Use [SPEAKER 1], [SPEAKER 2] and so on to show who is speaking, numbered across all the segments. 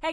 [SPEAKER 1] Hey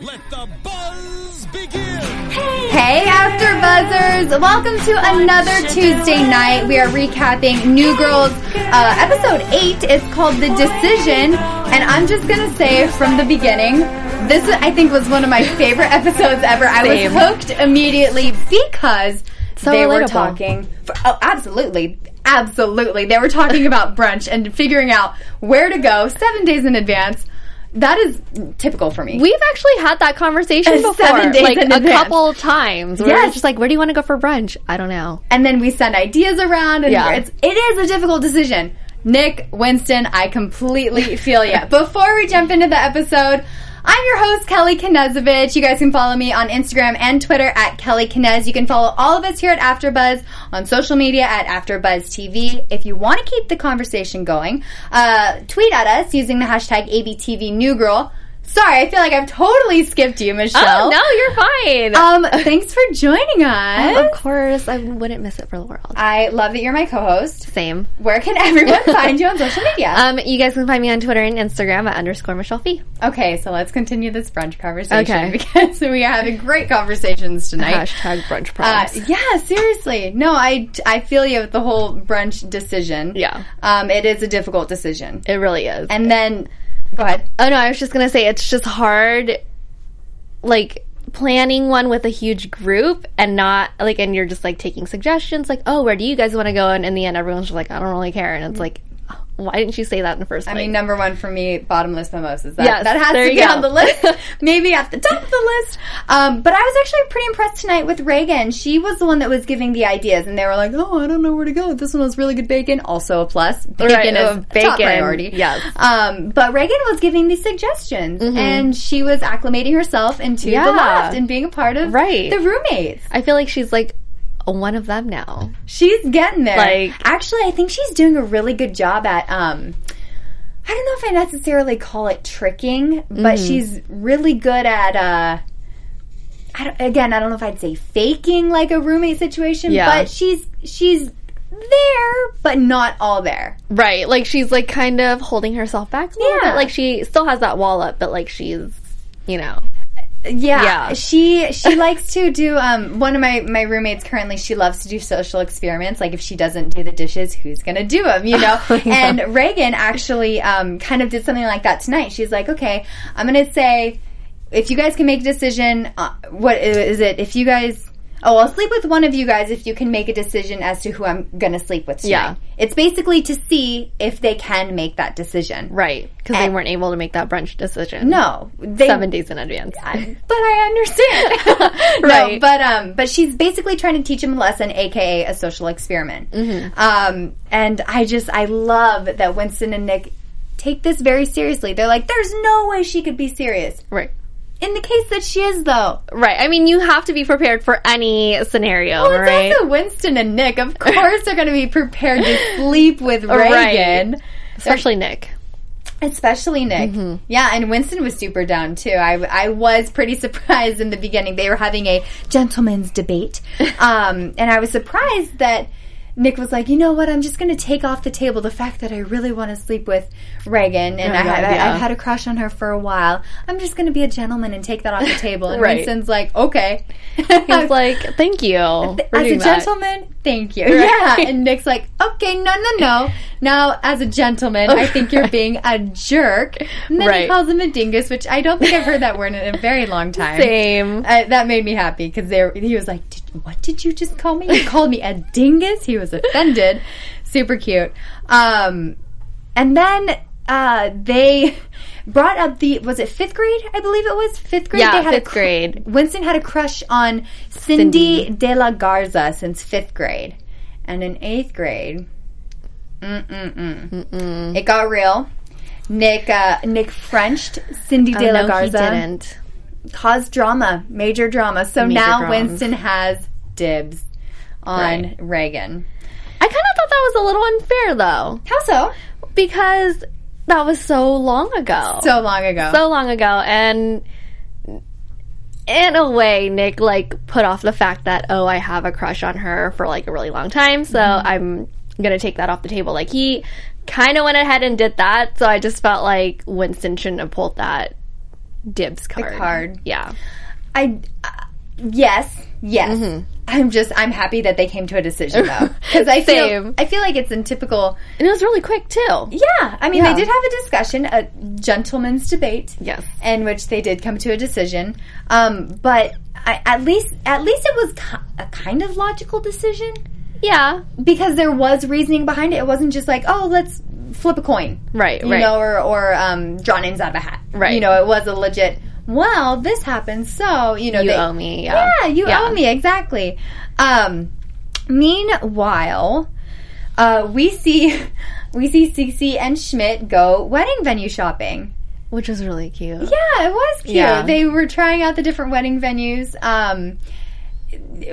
[SPEAKER 2] let the buzz begin.
[SPEAKER 3] Hey, After Buzzers! Welcome to another Tuesday night. We are recapping New Girls, uh, episode 8. It's called The Decision. And I'm just gonna say from the beginning, this I think was one of my favorite episodes ever. I was hooked immediately because they were
[SPEAKER 4] relatable.
[SPEAKER 3] talking. For, oh, absolutely. Absolutely. They were talking about brunch and figuring out where to go seven days in advance. That is typical for me.
[SPEAKER 4] We've actually had that conversation
[SPEAKER 3] Uh,
[SPEAKER 4] before,
[SPEAKER 3] seven days
[SPEAKER 4] like
[SPEAKER 3] in
[SPEAKER 4] a
[SPEAKER 3] advance.
[SPEAKER 4] couple times. Where
[SPEAKER 3] Yes.
[SPEAKER 4] we're just like, where do you want to go for brunch? I don't know.
[SPEAKER 3] and then we send ideas around and
[SPEAKER 4] Yeah.
[SPEAKER 3] it's it is a difficult decision nick winston i completely feel you before we jump into the episode I'm your host, Kelly Knezovich. You guys can follow me on Instagram and Twitter at Kelly Knez. You can follow all of us here at AfterBuzz on social media at AfterBuzz TV. If you want to keep the conversation going, uh, tweet at us using the hashtag ABTVNewGirl. Sorry, I feel like I've totally skipped you, Michelle.
[SPEAKER 4] Oh no, you're fine.
[SPEAKER 3] Um, thanks for joining us.
[SPEAKER 4] of course, I wouldn't miss it for the world.
[SPEAKER 3] I love that you're my co-host.
[SPEAKER 4] Same.
[SPEAKER 3] Where can everyone find you on social media?
[SPEAKER 4] Um, you guys can find me on Twitter and Instagram at underscore Michelle Fee.
[SPEAKER 3] okay, so let's continue this brunch conversation
[SPEAKER 4] Okay.
[SPEAKER 3] because we are having great conversations tonight.
[SPEAKER 4] Hashtag brunch
[SPEAKER 3] Uh,
[SPEAKER 4] problems.
[SPEAKER 3] yeah, seriously. No, I I feel you with the whole brunch decision.
[SPEAKER 4] Yeah.
[SPEAKER 3] um, it is a difficult decision.
[SPEAKER 4] it really is.
[SPEAKER 3] And then, go ahead.
[SPEAKER 4] oh no, I was just gonna say it's just hard, like planning one with a huge group and not like, and you're just like taking suggestions, like, oh, where do you guys want to go? And in the end, everyone's just like, I don't really care, and it's like, why didn't you say that in the first place?
[SPEAKER 3] I mean, number one for me, bottomless mimosas. That,
[SPEAKER 4] Yes,
[SPEAKER 3] that has
[SPEAKER 4] there
[SPEAKER 3] to
[SPEAKER 4] you
[SPEAKER 3] be
[SPEAKER 4] go.
[SPEAKER 3] on the list, maybe at the top of the list. Um, but I was actually pretty impressed tonight with Reagan. She was the one that was giving the ideas, and they were like, "Oh, I don't know where to go. This one was really good bacon, also a plus. Bacon
[SPEAKER 4] Right,
[SPEAKER 3] is
[SPEAKER 4] uh,
[SPEAKER 3] top
[SPEAKER 4] bacon,
[SPEAKER 3] priority.
[SPEAKER 4] yes. Mm-hmm.
[SPEAKER 3] Um, but Reagan was giving these suggestions, and she was acclimating herself into
[SPEAKER 4] Yeah.
[SPEAKER 3] the loft and being a part of
[SPEAKER 4] Right.
[SPEAKER 3] the roommates.
[SPEAKER 4] I feel like she's like one of them now.
[SPEAKER 3] She's getting there.
[SPEAKER 4] Like-
[SPEAKER 3] actually, I think she's doing a really good job at. Um, I don't know if I necessarily call it tricking, but
[SPEAKER 4] Mm-hmm.
[SPEAKER 3] she's really good at. Uh, I don't, again, I don't know if I'd say faking like a roommate situation,
[SPEAKER 4] Yeah.
[SPEAKER 3] but she's she's there, but not all there.
[SPEAKER 4] Right. Like she's like kind of holding herself back a little
[SPEAKER 3] Yeah.
[SPEAKER 4] bit. Like she still has that wall up, but like she's you know.
[SPEAKER 3] Yeah,
[SPEAKER 4] Yeah.
[SPEAKER 3] she she likes to do. Um, one of my my roommates currently, she loves to do social experiments. Like if she doesn't do the dishes, who's gonna do them? You know.
[SPEAKER 4] Oh,
[SPEAKER 3] And Reagan actually um, kind of did something like that tonight. She's like, okay, I'm gonna say, if you guys can make a decision, uh, what i- is it? If you guys. Oh, I'll sleep with one of you guys if you can make a decision as to who I'm gonna sleep with. Tonight. Yeah, it's basically to see if they can make that decision.
[SPEAKER 4] Right. Because they weren't able to make that brunch decision.
[SPEAKER 3] No, they,
[SPEAKER 4] Seven days in advance.
[SPEAKER 3] but I understand. No,
[SPEAKER 4] Right.
[SPEAKER 3] but um, but she's basically trying to teach him a lesson, aka a social experiment. Um, and I just I love that Winston and Nick take this very seriously. They're like, "There's no way she could be serious."
[SPEAKER 4] Right.
[SPEAKER 3] In the case that she is, though,
[SPEAKER 4] Right. I mean you have to be prepared for any scenario,
[SPEAKER 3] Well, it's
[SPEAKER 4] right?
[SPEAKER 3] also Winston and Nick. Of course, they're going to be prepared to sleep with Reagan.
[SPEAKER 4] Especially Nick.
[SPEAKER 3] Especially Nick.
[SPEAKER 4] Mm-hmm.
[SPEAKER 3] Yeah, and Winston was super down too. I, I was pretty surprised in the beginning. They were having a gentleman's debate. Um, and I was surprised that Nick was like, you know what, I'm just going to take off the table the fact that I really want to sleep with Reagan and I, I,
[SPEAKER 4] God, Oh, yeah.
[SPEAKER 3] I've had a crush on her for a while. I'm just going to be a gentleman and take that off the table. And
[SPEAKER 4] Right.
[SPEAKER 3] Winston's like, okay.
[SPEAKER 4] He's like, Thank you. for
[SPEAKER 3] As a
[SPEAKER 4] doing that."
[SPEAKER 3] gentleman, Thank you. Yeah. And Nick's like, okay, no, no, no. Now, as a gentleman, I think you're being a jerk. And then he
[SPEAKER 4] Right.
[SPEAKER 3] calls him a dingus, which I don't think I've heard that word in a very long time.
[SPEAKER 4] Same.
[SPEAKER 3] Uh, that made me happy because he was like, did, what did you just call me? You called me a dingus? He was offended. Super cute. Um, and then uh, they brought up the, was it fifth grade? I believe it was fifth grade.
[SPEAKER 4] Yeah,
[SPEAKER 3] they had a
[SPEAKER 4] fifth grade.
[SPEAKER 3] Winston had a crush on Cindy, de la Garza since fifth grade. And in eighth grade, mm-mm-mm. it got real. Nick uh, Nick Frenched Cindy de la
[SPEAKER 4] Oh, no,
[SPEAKER 3] Garza
[SPEAKER 4] he didn't.
[SPEAKER 3] caused drama, major drama. So now
[SPEAKER 4] drama.
[SPEAKER 3] Winston has dibs on
[SPEAKER 4] Right.
[SPEAKER 3] Reagan.
[SPEAKER 4] I kind of thought that was a little unfair though,
[SPEAKER 3] How so?
[SPEAKER 4] because that was so long ago.
[SPEAKER 3] So long ago.
[SPEAKER 4] so long ago and in a way nick like put off the fact that oh i have a crush on her for like a really long time so
[SPEAKER 3] Mm-hmm.
[SPEAKER 4] i'm gonna take that off the table like he kind of went ahead and did that so i just felt like winston shouldn't have pulled that dibs card
[SPEAKER 3] card.
[SPEAKER 4] yeah
[SPEAKER 3] I uh, yes, yes.
[SPEAKER 4] Mm-hmm.
[SPEAKER 3] I'm just I'm happy that they came to a decision though because I feel
[SPEAKER 4] Same.
[SPEAKER 3] I feel like it's in typical.
[SPEAKER 4] and it was really quick too
[SPEAKER 3] Yeah, I mean
[SPEAKER 4] Yeah.
[SPEAKER 3] they did have a discussion, a gentleman's debate.
[SPEAKER 4] Yes.
[SPEAKER 3] in which they did come to a decision. Um, but I, at least at least it was ki- a kind of logical decision
[SPEAKER 4] yeah
[SPEAKER 3] because there was reasoning behind it. It wasn't just like oh let's flip a coin,
[SPEAKER 4] Right,
[SPEAKER 3] You
[SPEAKER 4] right.
[SPEAKER 3] know, or or um, draw names out of a hat,
[SPEAKER 4] Right.
[SPEAKER 3] You know, it was a legit. Well, this happened, so you know
[SPEAKER 4] you
[SPEAKER 3] they,
[SPEAKER 4] owe me yeah,
[SPEAKER 3] yeah, you
[SPEAKER 4] Yeah.
[SPEAKER 3] owe me exactly. Um, meanwhile, uh, we see we see Cece and Schmidt go wedding venue shopping.
[SPEAKER 4] which was really cute
[SPEAKER 3] Yeah, it was cute.
[SPEAKER 4] Yeah.
[SPEAKER 3] They were trying out the different wedding venues. Um,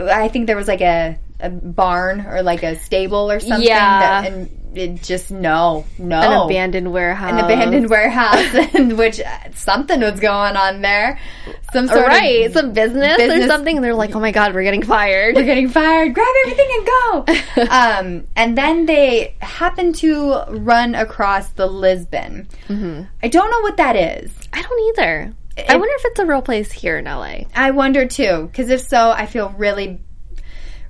[SPEAKER 3] I think there was like a, a barn or like a stable or something.
[SPEAKER 4] Yeah.
[SPEAKER 3] that- and it just no, no,
[SPEAKER 4] an abandoned warehouse
[SPEAKER 3] Oh. An abandoned warehouse, in which uh, something was going on there. Some sort
[SPEAKER 4] right
[SPEAKER 3] of
[SPEAKER 4] some business,
[SPEAKER 3] business-
[SPEAKER 4] or something and they're like oh my god we're getting fired
[SPEAKER 3] We're getting fired. Grab everything and go. um, and then they happen to run across the Lisbon. I don't know what that is.
[SPEAKER 4] I don't either. I wonder if it's a real place here in LA.
[SPEAKER 3] I wonder too, because if so, I feel really,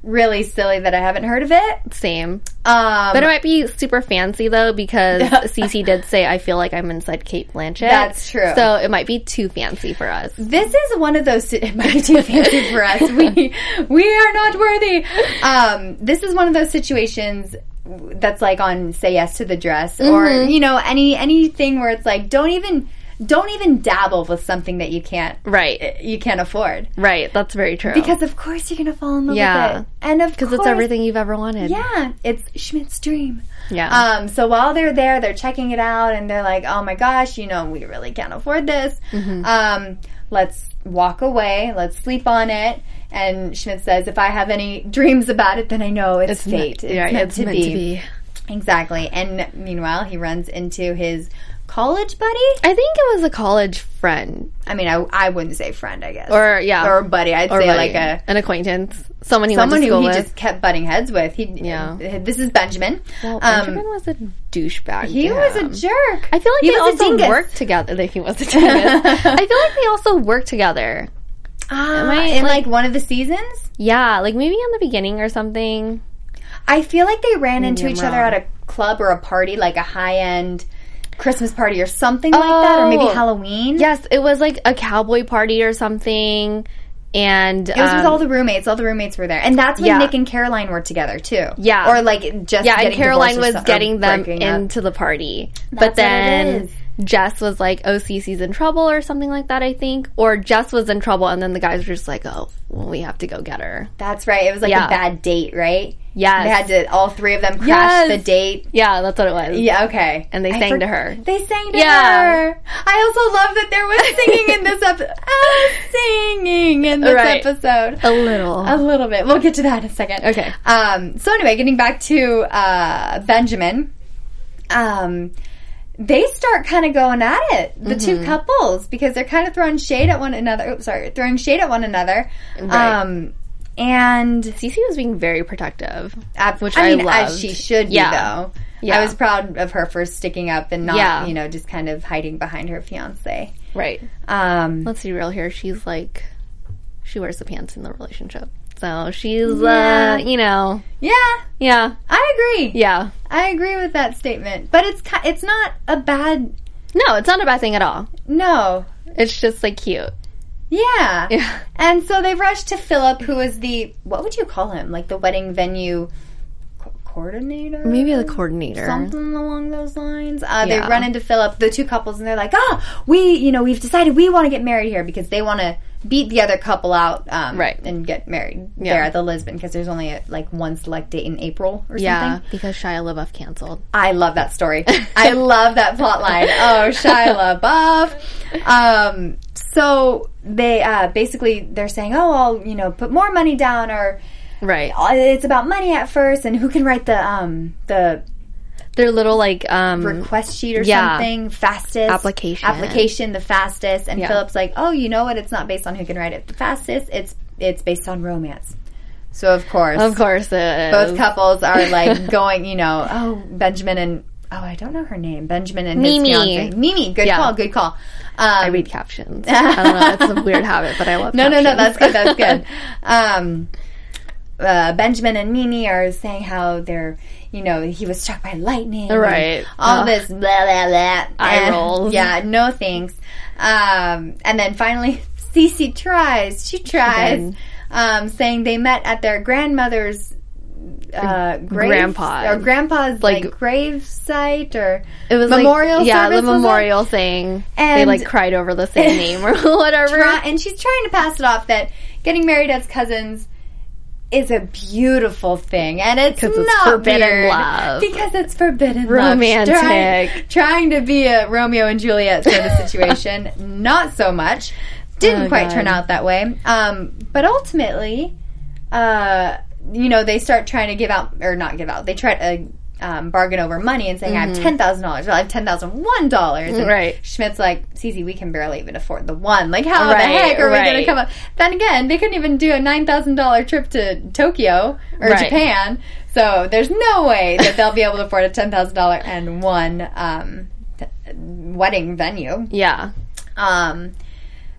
[SPEAKER 3] really silly that I haven't heard of it.
[SPEAKER 4] Same.
[SPEAKER 3] Um,
[SPEAKER 4] But it might be super fancy though because Cece did say I feel like I'm inside Kate Blanchett.
[SPEAKER 3] That's true.
[SPEAKER 4] So it might be too fancy for us.
[SPEAKER 3] this is one of those. It might be too fancy for us. We we are not worthy. Um, this is one of those situations that's like on say yes to the dress or
[SPEAKER 4] Mm-hmm.
[SPEAKER 3] you know any anything where it's like don't even don't even dabble with something that you can't
[SPEAKER 4] Right.
[SPEAKER 3] you can't afford
[SPEAKER 4] Right. That's very true.
[SPEAKER 3] because of course you're gonna fall in love
[SPEAKER 4] Yeah.
[SPEAKER 3] with it and of course
[SPEAKER 4] it's everything you've ever wanted.
[SPEAKER 3] yeah it's schmidt's dream
[SPEAKER 4] Yeah.
[SPEAKER 3] Um, so while they're there, they're checking it out and they're like, oh my gosh, you know, we really can't afford this.
[SPEAKER 4] Mm-hmm.
[SPEAKER 3] Um, let's walk away. Let's sleep on it. And Schmidt says, if I have any dreams about it, then I know it's, fate.
[SPEAKER 4] Yeah,
[SPEAKER 3] meant
[SPEAKER 4] it's meant to be.
[SPEAKER 3] Exactly. And meanwhile, he runs into his college buddy.
[SPEAKER 4] I think it was a college friend
[SPEAKER 3] I mean, I, I wouldn't say friend, I guess.
[SPEAKER 4] or yeah.
[SPEAKER 3] Or buddy. I'd
[SPEAKER 4] or
[SPEAKER 3] say
[SPEAKER 4] buddy.
[SPEAKER 3] like a.
[SPEAKER 4] an acquaintance. Someone he
[SPEAKER 3] Someone
[SPEAKER 4] went to
[SPEAKER 3] who
[SPEAKER 4] school
[SPEAKER 3] he
[SPEAKER 4] with.
[SPEAKER 3] just kept butting heads with. He,
[SPEAKER 4] Yeah.
[SPEAKER 3] This is Benjamin.
[SPEAKER 4] well,
[SPEAKER 3] Um,
[SPEAKER 4] Benjamin was a douchebag.
[SPEAKER 3] he
[SPEAKER 4] to
[SPEAKER 3] was a
[SPEAKER 4] him.
[SPEAKER 3] jerk.
[SPEAKER 4] I feel like
[SPEAKER 3] he
[SPEAKER 4] they
[SPEAKER 3] was a
[SPEAKER 4] also
[SPEAKER 3] dingus.
[SPEAKER 4] worked together. Like he was a dingus. I feel like they also worked together.
[SPEAKER 3] Ah,
[SPEAKER 4] I,
[SPEAKER 3] in like,
[SPEAKER 4] like-
[SPEAKER 3] one of the seasons,
[SPEAKER 4] Yeah, like maybe in the beginning or something.
[SPEAKER 3] I feel like they ran into
[SPEAKER 4] I'm
[SPEAKER 3] each other at
[SPEAKER 4] wrong.
[SPEAKER 3] a club or a party, like a high end Christmas party or something like that, or maybe
[SPEAKER 4] Oh.
[SPEAKER 3] Halloween.
[SPEAKER 4] Yes, it was like a cowboy party or something. And
[SPEAKER 3] it was with
[SPEAKER 4] um,
[SPEAKER 3] all the roommates. All the roommates were there, and that's when
[SPEAKER 4] Yeah.
[SPEAKER 3] Nick and Caroline were together too.
[SPEAKER 4] Yeah.
[SPEAKER 3] or like just
[SPEAKER 4] yeah, and
[SPEAKER 3] getting
[SPEAKER 4] Caroline
[SPEAKER 3] divorced or
[SPEAKER 4] was
[SPEAKER 3] so- or
[SPEAKER 4] getting them
[SPEAKER 3] breaking up.
[SPEAKER 4] into the party.
[SPEAKER 3] That's what it
[SPEAKER 4] but then
[SPEAKER 3] is.
[SPEAKER 4] Jess was like, "Oh, Cece's in trouble" or something like that. I think, or Jess was in trouble, and then the guys were just like, "Oh, well, we have to go get her."
[SPEAKER 3] That's right. It was like
[SPEAKER 4] Yeah.
[SPEAKER 3] a bad date, right?
[SPEAKER 4] Yes.
[SPEAKER 3] they had to. All three of them crash
[SPEAKER 4] Yes.
[SPEAKER 3] the date.
[SPEAKER 4] Yeah, that's what it was.
[SPEAKER 3] Yeah, okay.
[SPEAKER 4] And they
[SPEAKER 3] I
[SPEAKER 4] sang to her.
[SPEAKER 3] They sang to
[SPEAKER 4] Yeah.
[SPEAKER 3] her. I also love that there was singing in this episode. singing in this
[SPEAKER 4] Right.
[SPEAKER 3] episode.
[SPEAKER 4] a little.
[SPEAKER 3] A little bit. We'll get to that in a second.
[SPEAKER 4] Okay.
[SPEAKER 3] Um, so anyway, getting back to uh, Benjamin, um, they start kind of going at it, the
[SPEAKER 4] Mm-hmm.
[SPEAKER 3] two couples, because they're kind of throwing shade at one another. Oops, sorry, throwing shade at one another.
[SPEAKER 4] Right.
[SPEAKER 3] Um, and
[SPEAKER 4] Cece was being very protective.
[SPEAKER 3] ab-
[SPEAKER 4] Which
[SPEAKER 3] I
[SPEAKER 4] I
[SPEAKER 3] mean, as
[SPEAKER 4] loved.
[SPEAKER 3] she should
[SPEAKER 4] Yeah.
[SPEAKER 3] be though. I
[SPEAKER 4] Yeah.
[SPEAKER 3] was proud of her for sticking up and not,
[SPEAKER 4] Yeah.
[SPEAKER 3] you know, just kind of hiding behind her fiance.
[SPEAKER 4] Right.
[SPEAKER 3] Um,
[SPEAKER 4] Let's be real here. She's like, she wears the pants in the relationship. so she's
[SPEAKER 3] Yeah.
[SPEAKER 4] uh you know
[SPEAKER 3] Yeah,
[SPEAKER 4] yeah
[SPEAKER 3] I agree.
[SPEAKER 4] yeah
[SPEAKER 3] I agree with that statement. But it's ki- it's not a bad
[SPEAKER 4] no it's not a bad thing at all
[SPEAKER 3] no.
[SPEAKER 4] it's just like cute
[SPEAKER 3] Yeah.
[SPEAKER 4] yeah
[SPEAKER 3] And so they rushed to Philip, who was the what would you call him? Like the wedding venue co- coordinator,
[SPEAKER 4] maybe the coordinator
[SPEAKER 3] something along those lines. Uh, They
[SPEAKER 4] Yeah.
[SPEAKER 3] run into Philip, the two couples, and they're like, "Ah, we, you know, we've decided we want to get married here because they want to beat the other couple out, um,
[SPEAKER 4] Right.
[SPEAKER 3] And get married
[SPEAKER 4] Yeah.
[SPEAKER 3] there at the Lisbon because there's only like one select date in April or
[SPEAKER 4] yeah
[SPEAKER 3] something."
[SPEAKER 4] because Shia LaBeouf canceled
[SPEAKER 3] I love that story. I love that plot line. Oh, Shia LaBeouf. Um, so they uh, basically they're saying, "Oh, I'll you know put more money down," or
[SPEAKER 4] right
[SPEAKER 3] "Oh, it's about money at first, and who can write the um, the
[SPEAKER 4] their little like um
[SPEAKER 3] request sheet or
[SPEAKER 4] Yeah.
[SPEAKER 3] something fastest
[SPEAKER 4] Application.
[SPEAKER 3] application the fastest and
[SPEAKER 4] Yeah.
[SPEAKER 3] Philip's like oh you know what it's not based on who can write it the fastest it's it's based on romance so of course
[SPEAKER 4] of course uh, it
[SPEAKER 3] both
[SPEAKER 4] is.
[SPEAKER 3] couples are like going you know oh Benjamin and oh I don't know her name Benjamin and his
[SPEAKER 4] Mimi.
[SPEAKER 3] fiancée. Mimi good
[SPEAKER 4] Yeah.
[SPEAKER 3] call good call um,
[SPEAKER 4] I read captions I don't know it's a weird habit but I love
[SPEAKER 3] no no no that's
[SPEAKER 4] captions.
[SPEAKER 3] good that's good um uh, Benjamin and Mimi are saying how they're, you know, he was struck by lightning. and
[SPEAKER 4] Right.
[SPEAKER 3] All
[SPEAKER 4] Ugh.
[SPEAKER 3] this blah, blah, blah.
[SPEAKER 4] Eye
[SPEAKER 3] Eh,
[SPEAKER 4] rolls.
[SPEAKER 3] Yeah, no thanks. Um, and then finally, Cece tries. She tries.
[SPEAKER 4] Again.
[SPEAKER 3] Um, saying they met at their grandmother's uh, grave,
[SPEAKER 4] Grandpa's.
[SPEAKER 3] Or grandpa's, like,
[SPEAKER 4] Like-
[SPEAKER 3] grave site or
[SPEAKER 4] it was like-
[SPEAKER 3] memorial
[SPEAKER 4] yeah
[SPEAKER 3] service,
[SPEAKER 4] the
[SPEAKER 3] was it?
[SPEAKER 4] memorial thing they
[SPEAKER 3] And-
[SPEAKER 4] like cried over the same name or whatever
[SPEAKER 3] try- and she's trying to pass it off that getting married as cousins is a beautiful thing, and it's
[SPEAKER 4] 'Cause
[SPEAKER 3] not
[SPEAKER 4] it's forbidden
[SPEAKER 3] weird.
[SPEAKER 4] love.
[SPEAKER 3] because it's forbidden
[SPEAKER 4] Romantic.
[SPEAKER 3] love. Trying, trying to be a Romeo and Juliet sort of situation, not so much. Didn't
[SPEAKER 4] Oh,
[SPEAKER 3] quite
[SPEAKER 4] God.
[SPEAKER 3] turn out that way, um, but ultimately, uh, you know, they start trying to give out or not give out. They try to. Uh, um, bargain over money and saying I have ten thousand dollars. Well, I have ten thousand one dollars.
[SPEAKER 4] Mm-hmm. Right.
[SPEAKER 3] Schmidt's like, Cece, we can barely even afford the one. Like, how the
[SPEAKER 4] Right,
[SPEAKER 3] heck are we going to
[SPEAKER 4] right.
[SPEAKER 3] come up? Then again, they couldn't even do a nine thousand dollar trip to Tokyo or
[SPEAKER 4] Right.
[SPEAKER 3] Japan. So there's no way that they'll be able to afford a ten thousand dollar and one um, th- wedding venue.
[SPEAKER 4] yeah
[SPEAKER 3] Um,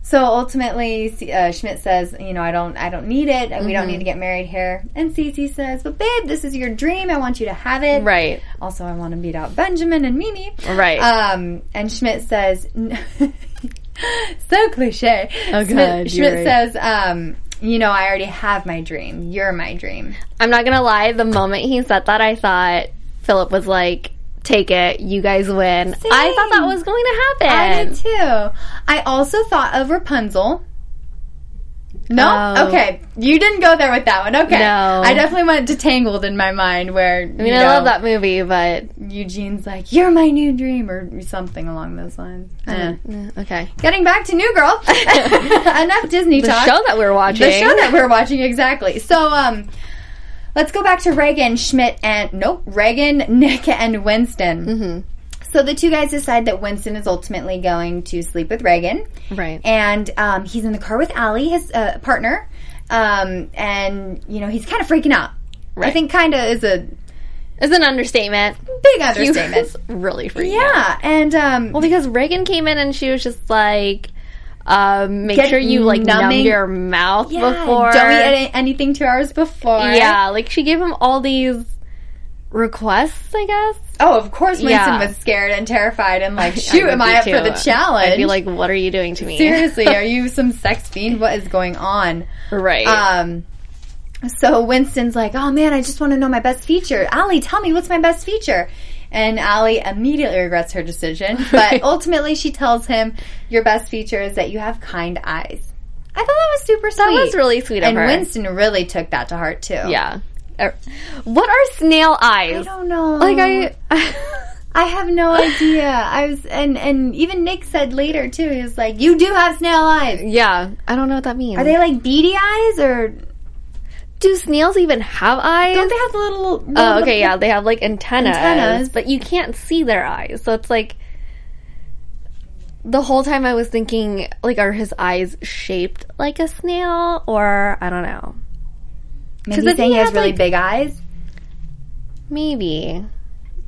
[SPEAKER 3] so ultimately, C- uh, Schmidt says, "You know, I don't, I don't need it. and We don't need
[SPEAKER 4] Mm-hmm.
[SPEAKER 3] to get married here." And Cece says, "But babe, this is your dream. I want you to have it.
[SPEAKER 4] right
[SPEAKER 3] Also, I want to beat out Benjamin and Mimi.
[SPEAKER 4] Right.
[SPEAKER 3] Um, and Schmidt says, so cliche.
[SPEAKER 4] Oh, God, you're
[SPEAKER 3] Schmidt, Schmidt
[SPEAKER 4] right.
[SPEAKER 3] says, um, you know, I already have my dream. You're my dream.
[SPEAKER 4] I'm not gonna lie. The moment he said that, I thought Philip was like, "Take it, you guys win." I thought that
[SPEAKER 3] Same.
[SPEAKER 4] was going to
[SPEAKER 3] I
[SPEAKER 4] happen.
[SPEAKER 3] did too. I also thought of Rapunzel. No?
[SPEAKER 4] Oh.
[SPEAKER 3] Okay. You didn't go there with that one. Okay.
[SPEAKER 4] No.
[SPEAKER 3] I definitely went to Tangled in my mind where,
[SPEAKER 4] I mean, I love that movie, but
[SPEAKER 3] Eugene's like, you're my new dream or something along those lines. Eh.
[SPEAKER 4] Mm, okay.
[SPEAKER 3] Getting back to New Girl. Enough Disney
[SPEAKER 4] The
[SPEAKER 3] talk.
[SPEAKER 4] show that we're watching,
[SPEAKER 3] The show that we're watching, exactly. So, um, let's go back to Reagan, Schmidt, and nope, Reagan, Nick, and Winston. Mm-hmm. So the two guys decide that Winston is ultimately going to sleep with Reagan,
[SPEAKER 4] right?
[SPEAKER 3] and um, he's in the car with Allie, his uh, partner, um, and you know he's kind of freaking out. I
[SPEAKER 4] Right.
[SPEAKER 3] think kind of is a
[SPEAKER 4] It's an understatement.
[SPEAKER 3] big
[SPEAKER 4] He
[SPEAKER 3] understatement.
[SPEAKER 4] was really freaking. out.
[SPEAKER 3] yeah, and um,
[SPEAKER 4] Well, because Reagan came in and she was just like, um, "Make
[SPEAKER 3] Get
[SPEAKER 4] sure you like
[SPEAKER 3] numbing-
[SPEAKER 4] numb your mouth
[SPEAKER 3] yeah,
[SPEAKER 4] before."
[SPEAKER 3] don't eat any- anything two hours before.
[SPEAKER 4] yeah, like she gave him all these requests. I guess.
[SPEAKER 3] Oh, of course, Winston
[SPEAKER 4] Yeah.
[SPEAKER 3] was scared and terrified and like, shoot,
[SPEAKER 4] would
[SPEAKER 3] am
[SPEAKER 4] be
[SPEAKER 3] I up for
[SPEAKER 4] too.
[SPEAKER 3] the challenge?
[SPEAKER 4] I'd be like, "What are you doing to me?"
[SPEAKER 3] seriously, are you some sex fiend? What is going on?
[SPEAKER 4] right.
[SPEAKER 3] Um, so Winston's like, oh man, I just want to know my best feature. Allie, tell me what's my best feature. And Allie immediately regrets her decision, but ultimately she tells him, your best feature is that you have kind eyes. I thought that was super sweet.
[SPEAKER 4] That was really sweet of
[SPEAKER 3] and
[SPEAKER 4] her.
[SPEAKER 3] Winston really took that to heart too.
[SPEAKER 4] yeah. Er, What are snail
[SPEAKER 3] I
[SPEAKER 4] eyes?
[SPEAKER 3] don't know.
[SPEAKER 4] like I,
[SPEAKER 3] I have no idea. I was, and and even Nick said later too. He was like, "You do have snail eyes.
[SPEAKER 4] yeah, I don't know what that means.
[SPEAKER 3] Are they like beady eyes, or
[SPEAKER 4] Do snails even have eyes?
[SPEAKER 3] don't they have the little?"
[SPEAKER 4] oh, okay, yeah, they have like antennas,
[SPEAKER 3] Antennas.
[SPEAKER 4] but you can't see their eyes, so it's like. The whole time I was thinking, like, are his eyes shaped like a snail, or I don't know,
[SPEAKER 3] Because
[SPEAKER 4] if
[SPEAKER 3] he's saying
[SPEAKER 4] he
[SPEAKER 3] he has
[SPEAKER 4] had,
[SPEAKER 3] really
[SPEAKER 4] like-
[SPEAKER 3] big eyes.
[SPEAKER 4] maybe.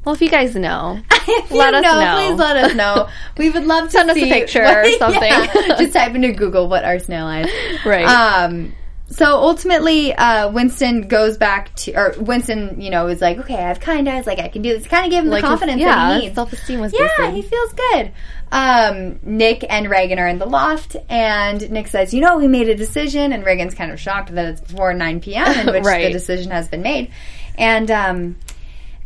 [SPEAKER 4] Well, if you guys know,
[SPEAKER 3] If you
[SPEAKER 4] Let us know.
[SPEAKER 3] Please let us know. We would love to
[SPEAKER 4] Send us a
[SPEAKER 3] see-
[SPEAKER 4] picture or
[SPEAKER 3] Yeah.
[SPEAKER 4] something.
[SPEAKER 3] Just type into Google what are snail eyes.
[SPEAKER 4] right?
[SPEAKER 3] Um. so ultimately, uh, Winston goes back to, or Winston, you know, is like, okay, I've kind of, like, I can do this. Kind of give him
[SPEAKER 4] Like,
[SPEAKER 3] the confidence
[SPEAKER 4] yeah,
[SPEAKER 3] that he
[SPEAKER 4] his
[SPEAKER 3] needs.
[SPEAKER 4] self-esteem was
[SPEAKER 3] yeah,
[SPEAKER 4] boosted.
[SPEAKER 3] he feels good. Um, Nick and Reagan are in the loft, and Nick says, you know, we made a decision, and Reagan's kind of shocked that it's before 9 p.m., in which
[SPEAKER 4] Right.
[SPEAKER 3] the decision has been made. And, um,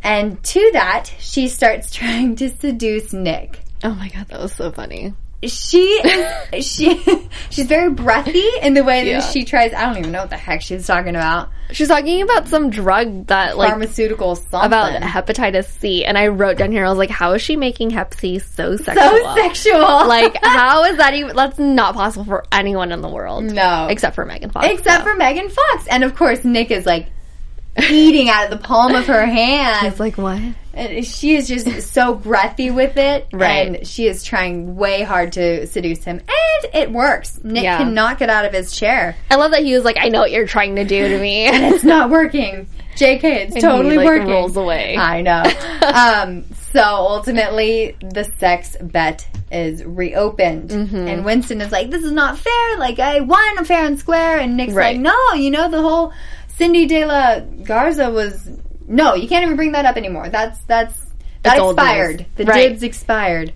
[SPEAKER 3] and to that, she starts trying to seduce Nick
[SPEAKER 4] Oh my god, that was so funny.
[SPEAKER 3] she is she she's very breathy in the way that
[SPEAKER 4] Yeah.
[SPEAKER 3] she tries. I don't even know what the heck she was talking about.
[SPEAKER 4] She's talking about some drug that like
[SPEAKER 3] Pharmaceutical something
[SPEAKER 4] about hepatitis C, and I wrote down here. I was like, how is she making Hep C so sexual?
[SPEAKER 3] so sexual.
[SPEAKER 4] like, how is that even? That's not possible for anyone in the world.
[SPEAKER 3] No.
[SPEAKER 4] except for Megan Fox.
[SPEAKER 3] except for Megan Fox, and of course Nick is like eating out of the palm of her hand.
[SPEAKER 4] it's like what?
[SPEAKER 3] And she is just so breathy with it,
[SPEAKER 4] Right.
[SPEAKER 3] and she is trying way hard to seduce him, and it works. Nick
[SPEAKER 4] Yeah.
[SPEAKER 3] cannot get out of his chair.
[SPEAKER 4] I love that he was like, I know what you're trying to do to me.
[SPEAKER 3] It's not working. JK, it's
[SPEAKER 4] And he,
[SPEAKER 3] totally
[SPEAKER 4] like,
[SPEAKER 3] working.
[SPEAKER 4] rolls away.
[SPEAKER 3] I know. um, so ultimately, the sex bet is reopened,
[SPEAKER 4] Mm-hmm.
[SPEAKER 3] and Winston is like, "This is not fair. Like I won fair and square." And Nick's
[SPEAKER 4] Right.
[SPEAKER 3] like, "No, you know the whole Cindy De La Garza was no. You can't even bring that up anymore. That's that's." That
[SPEAKER 4] It's old
[SPEAKER 3] expired.
[SPEAKER 4] news.
[SPEAKER 3] The
[SPEAKER 4] Right.
[SPEAKER 3] dibs expired.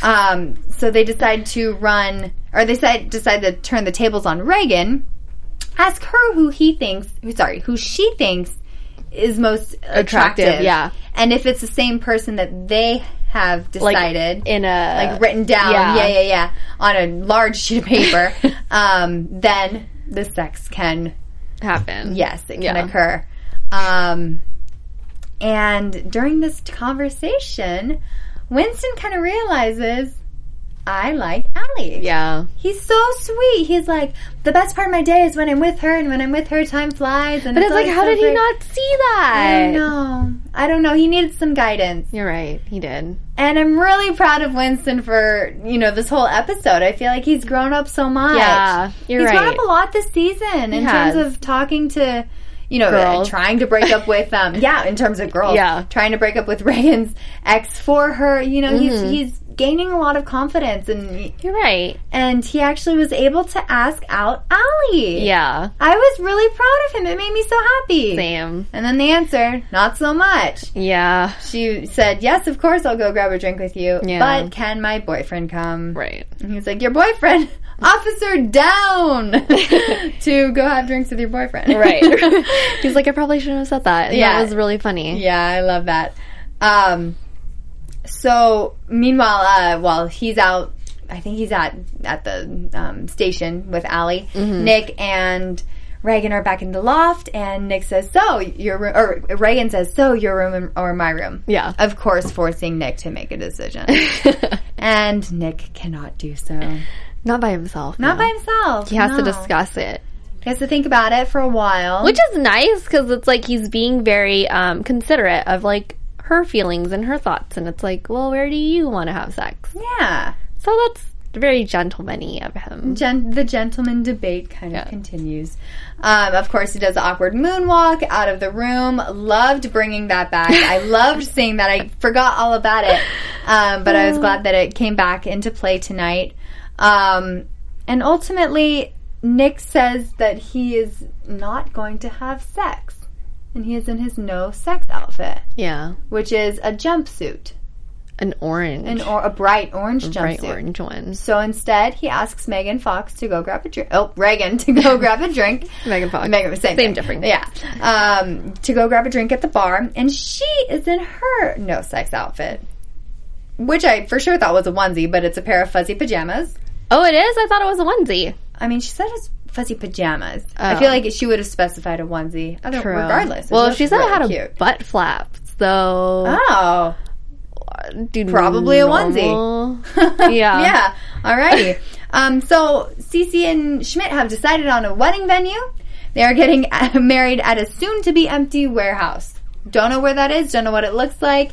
[SPEAKER 3] Um, so they decide to run, or they decide, decide to turn the tables on Reagan. Ask her who he thinks, who- sorry, who she thinks is most attractive.
[SPEAKER 4] Attractive, yeah.
[SPEAKER 3] And if it's the same person that they have
[SPEAKER 4] like
[SPEAKER 3] decided,
[SPEAKER 4] in a
[SPEAKER 3] like written down,
[SPEAKER 4] yeah.
[SPEAKER 3] yeah. yeah, yeah, on a large sheet of paper, um, then the sex can,
[SPEAKER 4] happen.
[SPEAKER 3] yes, it can
[SPEAKER 4] Yeah.
[SPEAKER 3] occur. Um, and during this conversation, Winston kind of realizes, I like Allie.
[SPEAKER 4] Yeah.
[SPEAKER 3] He's so sweet. He's like, the best part of my day is when I'm with her, and when I'm with her, time flies. And
[SPEAKER 4] But it's like,
[SPEAKER 3] always
[SPEAKER 4] how
[SPEAKER 3] so
[SPEAKER 4] did he
[SPEAKER 3] great.
[SPEAKER 4] not see
[SPEAKER 3] I
[SPEAKER 4] that?
[SPEAKER 3] don't know. I don't know. He needed some guidance.
[SPEAKER 4] You're right. He did.
[SPEAKER 3] And I'm really proud of Winston for, you know, this whole episode. I feel like he's grown up so much.
[SPEAKER 4] Yeah, you're
[SPEAKER 3] he's
[SPEAKER 4] right.
[SPEAKER 3] grown up a lot this season in
[SPEAKER 4] has.
[SPEAKER 3] terms of talking to, you know,
[SPEAKER 4] Girls.
[SPEAKER 3] trying to break up with, um, yeah, in terms of girls.
[SPEAKER 4] Yeah.
[SPEAKER 3] Trying to break up with Reagan's ex for her. You know,
[SPEAKER 4] Mm-hmm.
[SPEAKER 3] he's, he's gaining a lot of confidence and,
[SPEAKER 4] You're right.
[SPEAKER 3] and he actually was able to ask out Allie.
[SPEAKER 4] Yeah.
[SPEAKER 3] I was really proud of him. It made me so happy.
[SPEAKER 4] Same.
[SPEAKER 3] And then the answer, not so much.
[SPEAKER 4] Yeah.
[SPEAKER 3] She said, Yes, of course I'll go grab a drink with you.
[SPEAKER 4] Yeah.
[SPEAKER 3] But can my boyfriend come?
[SPEAKER 4] Right.
[SPEAKER 3] And he's like, Your boyfriend? Officer down to go have drinks with your boyfriend.
[SPEAKER 4] Right. He's like, I probably shouldn't have said that. And
[SPEAKER 3] Yeah.
[SPEAKER 4] That was really funny.
[SPEAKER 3] Yeah, I love that. Um, so meanwhile, uh, while he's out, I think he's at at the um, station with Allie.
[SPEAKER 4] Mm-hmm.
[SPEAKER 3] Nick and Reagan are back in the loft, and Nick says, "So your room," or Reagan says, "So your room or my room?"
[SPEAKER 4] Yeah.
[SPEAKER 3] of course, forcing Nick to make a decision, and Nick cannot do so.
[SPEAKER 4] Not by himself.
[SPEAKER 3] Not
[SPEAKER 4] no.
[SPEAKER 3] by himself.
[SPEAKER 4] He has to
[SPEAKER 3] no.
[SPEAKER 4] discuss it.
[SPEAKER 3] He has to think about it for a while.
[SPEAKER 4] Which is nice because it's like he's being very um, considerate of like her feelings and her thoughts. And it's like, well, where do you want to have sex?
[SPEAKER 3] yeah.
[SPEAKER 4] So that's very gentlemanly of him.
[SPEAKER 3] Gen- the gentleman debate kind of continues. Um, of course, he does the awkward moonwalk out of the room. Loved bringing that back. I loved seeing that. I forgot all about it, um, but I was glad that it came back into play tonight. Um, and ultimately, Nick says that he is not going to have sex, and he is in his no sex outfit,
[SPEAKER 4] Yeah.
[SPEAKER 3] which is a jumpsuit,
[SPEAKER 4] An orange.
[SPEAKER 3] an or a bright orange jumpsuit.
[SPEAKER 4] bright orange one.
[SPEAKER 3] So instead, he asks Megan Fox to go grab a drink. Oh, Reagan to go grab a drink.
[SPEAKER 4] Megan Fox.
[SPEAKER 3] Megan, same,
[SPEAKER 4] Same
[SPEAKER 3] thing.
[SPEAKER 4] difference.
[SPEAKER 3] Yeah, um, to go grab a drink at the bar, and she is in her no sex outfit, which I for sure thought was a onesie, but it's a pair of fuzzy pajamas.
[SPEAKER 4] Oh, it is? I thought it was a onesie.
[SPEAKER 3] I mean, she said it's fuzzy pajamas. I feel like she would have specified a onesie. Other,
[SPEAKER 4] Oh. True.
[SPEAKER 3] regardless. it
[SPEAKER 4] Well,
[SPEAKER 3] looked
[SPEAKER 4] she said
[SPEAKER 3] really
[SPEAKER 4] I had a
[SPEAKER 3] cute.
[SPEAKER 4] butt flap. So
[SPEAKER 3] Oh,
[SPEAKER 4] do
[SPEAKER 3] Probably a
[SPEAKER 4] normal. yeah.
[SPEAKER 3] yeah. Alrighty. um, so Cece and Schmidt have decided on a wedding venue. They are getting married at a soon-to-be empty warehouse. Don't know where that is. Don't know what it looks like.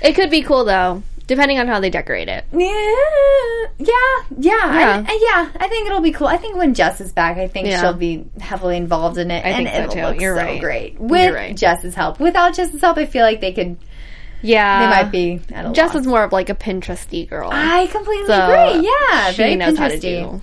[SPEAKER 4] It could be cool though, depending on how they decorate it.
[SPEAKER 3] Yeah, yeah, yeah.
[SPEAKER 4] Yeah.
[SPEAKER 3] I, I- yeah, I think it'll be cool. I think when Jess is back, I think
[SPEAKER 4] Yeah.
[SPEAKER 3] she'll be heavily involved in it, and
[SPEAKER 4] think so,
[SPEAKER 3] it'll
[SPEAKER 4] too.
[SPEAKER 3] look
[SPEAKER 4] You're
[SPEAKER 3] so
[SPEAKER 4] right.
[SPEAKER 3] great
[SPEAKER 4] You're
[SPEAKER 3] with
[SPEAKER 4] right.
[SPEAKER 3] Jess's help. Without Jess's help, I feel like they could. They
[SPEAKER 4] Yeah.
[SPEAKER 3] might be. At a
[SPEAKER 4] Uh, Jess
[SPEAKER 3] loss. Ah,
[SPEAKER 4] is more of like a Pinteresty girl.
[SPEAKER 3] I completely
[SPEAKER 4] So,
[SPEAKER 3] agree. Yeah,
[SPEAKER 4] she
[SPEAKER 3] very
[SPEAKER 4] knows how to
[SPEAKER 3] Pinteresty.
[SPEAKER 4] do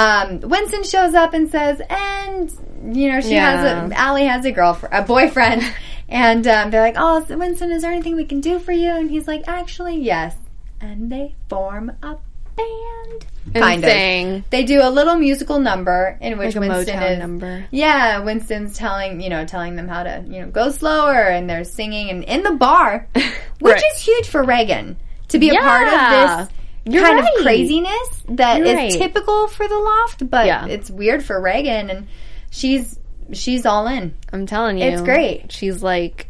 [SPEAKER 3] Um, Winston shows up and says, and you know she
[SPEAKER 4] Yeah.
[SPEAKER 3] has a Allie has a girlfriend, a boyfriend, and um, they're like, oh, Winston, is there anything we can do for you? And he's like, actually, yes. And they form a band. Kind of.
[SPEAKER 4] Insane.
[SPEAKER 3] They do a little musical number in which
[SPEAKER 4] Like a
[SPEAKER 3] Winston
[SPEAKER 4] Motown
[SPEAKER 3] is
[SPEAKER 4] number.
[SPEAKER 3] yeah, Winston's telling you know telling them how to you know go slower, and they're singing and in the bar, which
[SPEAKER 4] Right.
[SPEAKER 3] is huge for Reagan to be a
[SPEAKER 4] Yeah.
[SPEAKER 3] part of this
[SPEAKER 4] You're
[SPEAKER 3] kind
[SPEAKER 4] right.
[SPEAKER 3] of craziness that is
[SPEAKER 4] You're right.
[SPEAKER 3] typical for the loft, but
[SPEAKER 4] Yeah.
[SPEAKER 3] it's weird for Reagan, and she's she's all in.
[SPEAKER 4] I'm telling you.
[SPEAKER 3] It's great.
[SPEAKER 4] She's like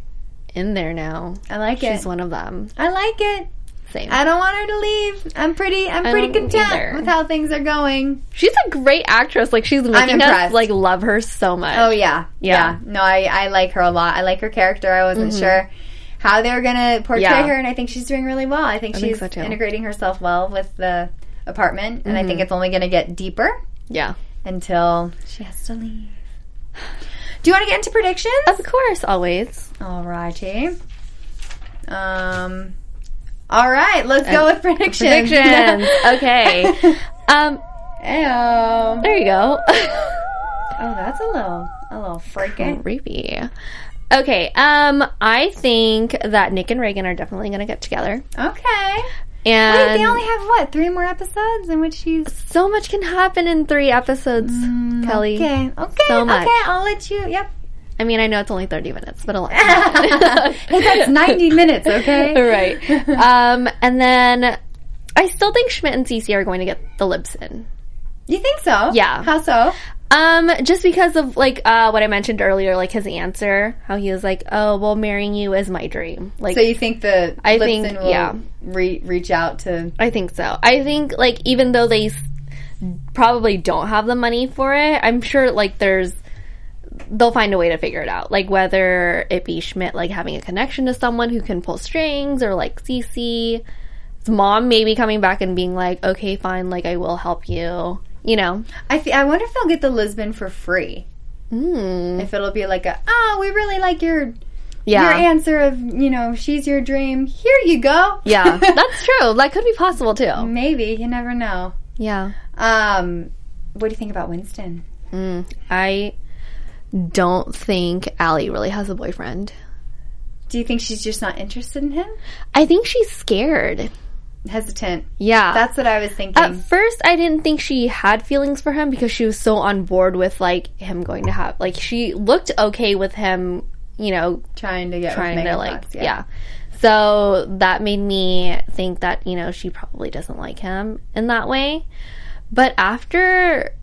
[SPEAKER 4] in there now.
[SPEAKER 3] I like
[SPEAKER 4] She's
[SPEAKER 3] it.
[SPEAKER 4] one of them.
[SPEAKER 3] I like it.
[SPEAKER 4] Same.
[SPEAKER 3] I don't want her to leave. I'm pretty. I'm pretty
[SPEAKER 4] don't
[SPEAKER 3] content
[SPEAKER 4] either.
[SPEAKER 3] with how things are going.
[SPEAKER 4] she's a great actress. Like she's making us
[SPEAKER 3] impressed.
[SPEAKER 4] like love her so much.
[SPEAKER 3] Oh yeah,
[SPEAKER 4] Yeah. Mm-hmm.
[SPEAKER 3] yeah. No, I, I like her a lot. I like her character. I wasn't sure how they were gonna portray
[SPEAKER 4] Yeah.
[SPEAKER 3] her, and I think she's doing really well. I think
[SPEAKER 4] think
[SPEAKER 3] she's
[SPEAKER 4] so, too. Mm-hmm.
[SPEAKER 3] integrating herself well with the apartment, and I think it's only gonna get deeper
[SPEAKER 4] Yeah.
[SPEAKER 3] until she has to leave. Do you want to get into predictions?
[SPEAKER 4] Of course, always.
[SPEAKER 3] Alrighty. Um. All right, let's go with predictions.
[SPEAKER 4] Predictions. okay. Um,
[SPEAKER 3] Ayo.
[SPEAKER 4] there you go.
[SPEAKER 3] Oh, that's a little, a little freaking.
[SPEAKER 4] Creepy. Okay, um, I think that Nick and Reagan are definitely gonna get together.
[SPEAKER 3] Okay. Wait,
[SPEAKER 4] And
[SPEAKER 3] they only have what three more episodes in which she's
[SPEAKER 4] so much can happen in three episodes, Kelly.
[SPEAKER 3] Mm, Okay, okay,
[SPEAKER 4] So much.
[SPEAKER 3] okay. I'll let you. Yep,
[SPEAKER 4] I mean, I know it's only 30 minutes, but a lot. hey,
[SPEAKER 3] that's ninety minutes. Okay.
[SPEAKER 4] right. Um, and then I still think Schmidt and Cece are going to get the libs in.
[SPEAKER 3] You think so?
[SPEAKER 4] Yeah.
[SPEAKER 3] How so?
[SPEAKER 4] Um, just because of like uh, what I mentioned earlier, like his answer, how he was like, "Oh, well, marrying you is my dream." Like,
[SPEAKER 3] So you think the
[SPEAKER 4] I
[SPEAKER 3] Lipson
[SPEAKER 4] think-
[SPEAKER 3] will
[SPEAKER 4] yeah.
[SPEAKER 3] re- reach out to?
[SPEAKER 4] I think so. I think like even though they s- probably don't have the money for it, I'm sure like there's they'll find a way to figure it out. Like whether it be Schmidt like having a connection to someone who can pull strings or like Cece's mom maybe coming back and being like, "Okay, fine, like I will help you." You know.
[SPEAKER 3] I fe- I wonder if they'll get the Lisbon for free.
[SPEAKER 4] Mm.
[SPEAKER 3] If it'll be like a oh, we really like your
[SPEAKER 4] Yeah.
[SPEAKER 3] your answer of you know she's your dream. Here you go.
[SPEAKER 4] yeah. That's true. That could be possible too.
[SPEAKER 3] Maybe you never know.
[SPEAKER 4] Yeah.
[SPEAKER 3] Um, what do you think about Winston?
[SPEAKER 4] Hmm. I don't think Allie really has a boyfriend.
[SPEAKER 3] Do you think she's just not interested in him?
[SPEAKER 4] I think she's scared.
[SPEAKER 3] Hesitant.
[SPEAKER 4] Yeah.
[SPEAKER 3] That's what I was thinking.
[SPEAKER 4] At first, I didn't think she had feelings for him because she was so on board with like him going to have like she looked okay with him, you know,
[SPEAKER 3] trying to get
[SPEAKER 4] trying
[SPEAKER 3] with
[SPEAKER 4] to
[SPEAKER 3] Megan
[SPEAKER 4] like
[SPEAKER 3] Fox,
[SPEAKER 4] yeah. So that made me think that you know she probably doesn't like him in that way. But after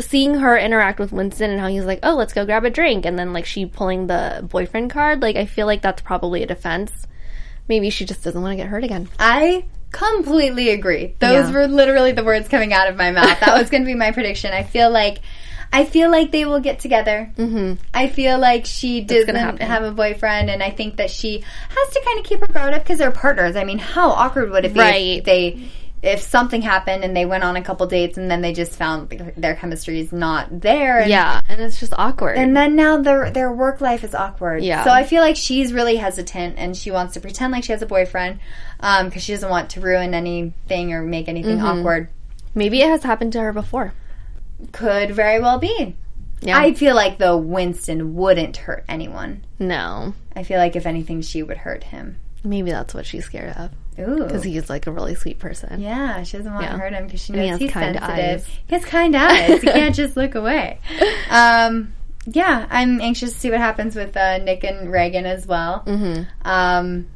[SPEAKER 4] seeing her interact with Winston and how he's like, "Oh, let's go grab a drink," and then like she pulling the boyfriend card, like I feel like that's probably a defense. Maybe she just doesn't want to get hurt again.
[SPEAKER 3] I completely agree. Those
[SPEAKER 4] Yeah.
[SPEAKER 3] were literally the words coming out of my mouth. That was going to be my prediction. I feel like, I feel like they will get together. Mm-hmm. I feel like she doesn't
[SPEAKER 4] gonna happen.
[SPEAKER 3] have a boyfriend, and I think that she has to kind of keep her guard up because they're partners. I mean, how awkward would it be
[SPEAKER 4] Right.
[SPEAKER 3] if they? If something happened and they went on a couple dates and then they just found their chemistry is not there, and
[SPEAKER 4] Yeah, and it's just awkward.
[SPEAKER 3] and then now their their work life is awkward.
[SPEAKER 4] Yeah.
[SPEAKER 3] So I feel like she's really hesitant, and she wants to pretend like she has a boyfriend because she doesn't want to ruin anything or make anything
[SPEAKER 4] Mm-hmm.
[SPEAKER 3] awkward.
[SPEAKER 4] Maybe it has happened to her before.
[SPEAKER 3] Could very well be.
[SPEAKER 4] Yeah.
[SPEAKER 3] I feel like though Winston wouldn't hurt anyone.
[SPEAKER 4] No.
[SPEAKER 3] I feel like if anything, she would hurt him.
[SPEAKER 4] Maybe that's what she's scared of.
[SPEAKER 3] Ooh.
[SPEAKER 4] Because he's like a really sweet person.
[SPEAKER 3] Yeah, she doesn't want
[SPEAKER 4] Yeah.
[SPEAKER 3] to hurt him because she
[SPEAKER 4] And he
[SPEAKER 3] knows
[SPEAKER 4] has
[SPEAKER 3] he's
[SPEAKER 4] kind
[SPEAKER 3] sensitive.
[SPEAKER 4] eyes.
[SPEAKER 3] He has kind eyes. you can't just look away. Um, yeah, I'm anxious to see what happens with uh, Nick and Reagan as well. Mm-hmm. Um,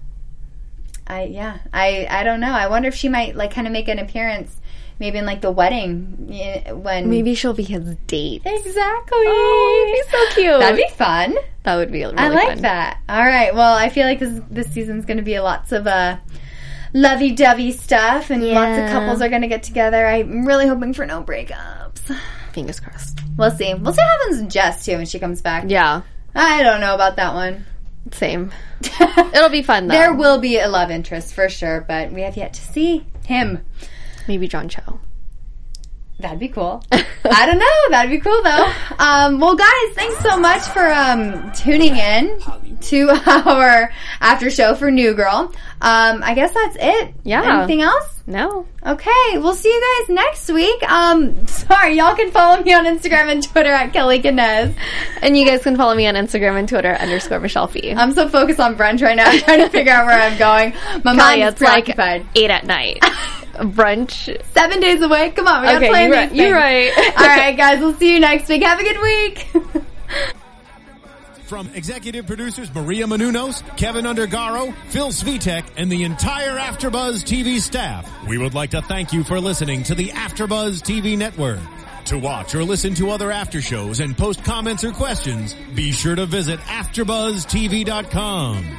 [SPEAKER 3] I yeah, I I don't know. I wonder if she might like kind of make an appearance, maybe in like the wedding y- when
[SPEAKER 4] Maybe she'll be his date.
[SPEAKER 3] exactly.
[SPEAKER 4] Oh, that'd be so cute.
[SPEAKER 3] That'd be fun.
[SPEAKER 4] That would be really
[SPEAKER 3] I like
[SPEAKER 4] fun.
[SPEAKER 3] that. All right. Well, I feel like this this season's going to be lots of uh, lovey-dovey stuff, and lots of
[SPEAKER 4] Yeah.
[SPEAKER 3] couples are going to get together. I'm really hoping for no breakups.
[SPEAKER 4] Fingers crossed.
[SPEAKER 3] We'll see. We'll see what happens to Jess too when she comes back.
[SPEAKER 4] Yeah.
[SPEAKER 3] I don't know about that one.
[SPEAKER 4] Same. It'll be fun though.
[SPEAKER 3] There will be a love interest for sure, but we have yet to see him.
[SPEAKER 4] Maybe John Cho.
[SPEAKER 3] That'd be cool. I don't know. That'd be cool though. Um, well, guys, thanks so much for um, tuning in to our after show for New Girl. Um, I guess that's it.
[SPEAKER 4] Yeah.
[SPEAKER 3] Anything else?
[SPEAKER 4] No.
[SPEAKER 3] Okay, we'll see you guys next week. Um, sorry, y'all can follow me on Instagram and Twitter at Kelly Kinez.
[SPEAKER 4] And you guys can follow me on Instagram and Twitter underscore Michelle Fee.
[SPEAKER 3] I'm so focused on brunch right now. I'm trying to figure out where I'm going. My
[SPEAKER 4] Kalia,
[SPEAKER 3] mind's
[SPEAKER 4] it's like
[SPEAKER 3] preoccupied.
[SPEAKER 4] eight at night. Brunch.
[SPEAKER 3] Seven days away. Come on, we gotta
[SPEAKER 4] Okay,
[SPEAKER 3] plan
[SPEAKER 4] you're
[SPEAKER 3] these
[SPEAKER 4] right-
[SPEAKER 3] things.
[SPEAKER 4] you're right.
[SPEAKER 3] All right, guys, we'll see you next week. Have a good week.
[SPEAKER 2] From executive producers Maria Manunos, Kevin Undergaro, Phil Svitek, and the entire Afterbuzz TV staff, we would like to thank you for listening to the Afterbuzz TV network. To watch or listen to other after shows and post comments or questions, be sure to visit AfterbuzzTV.com.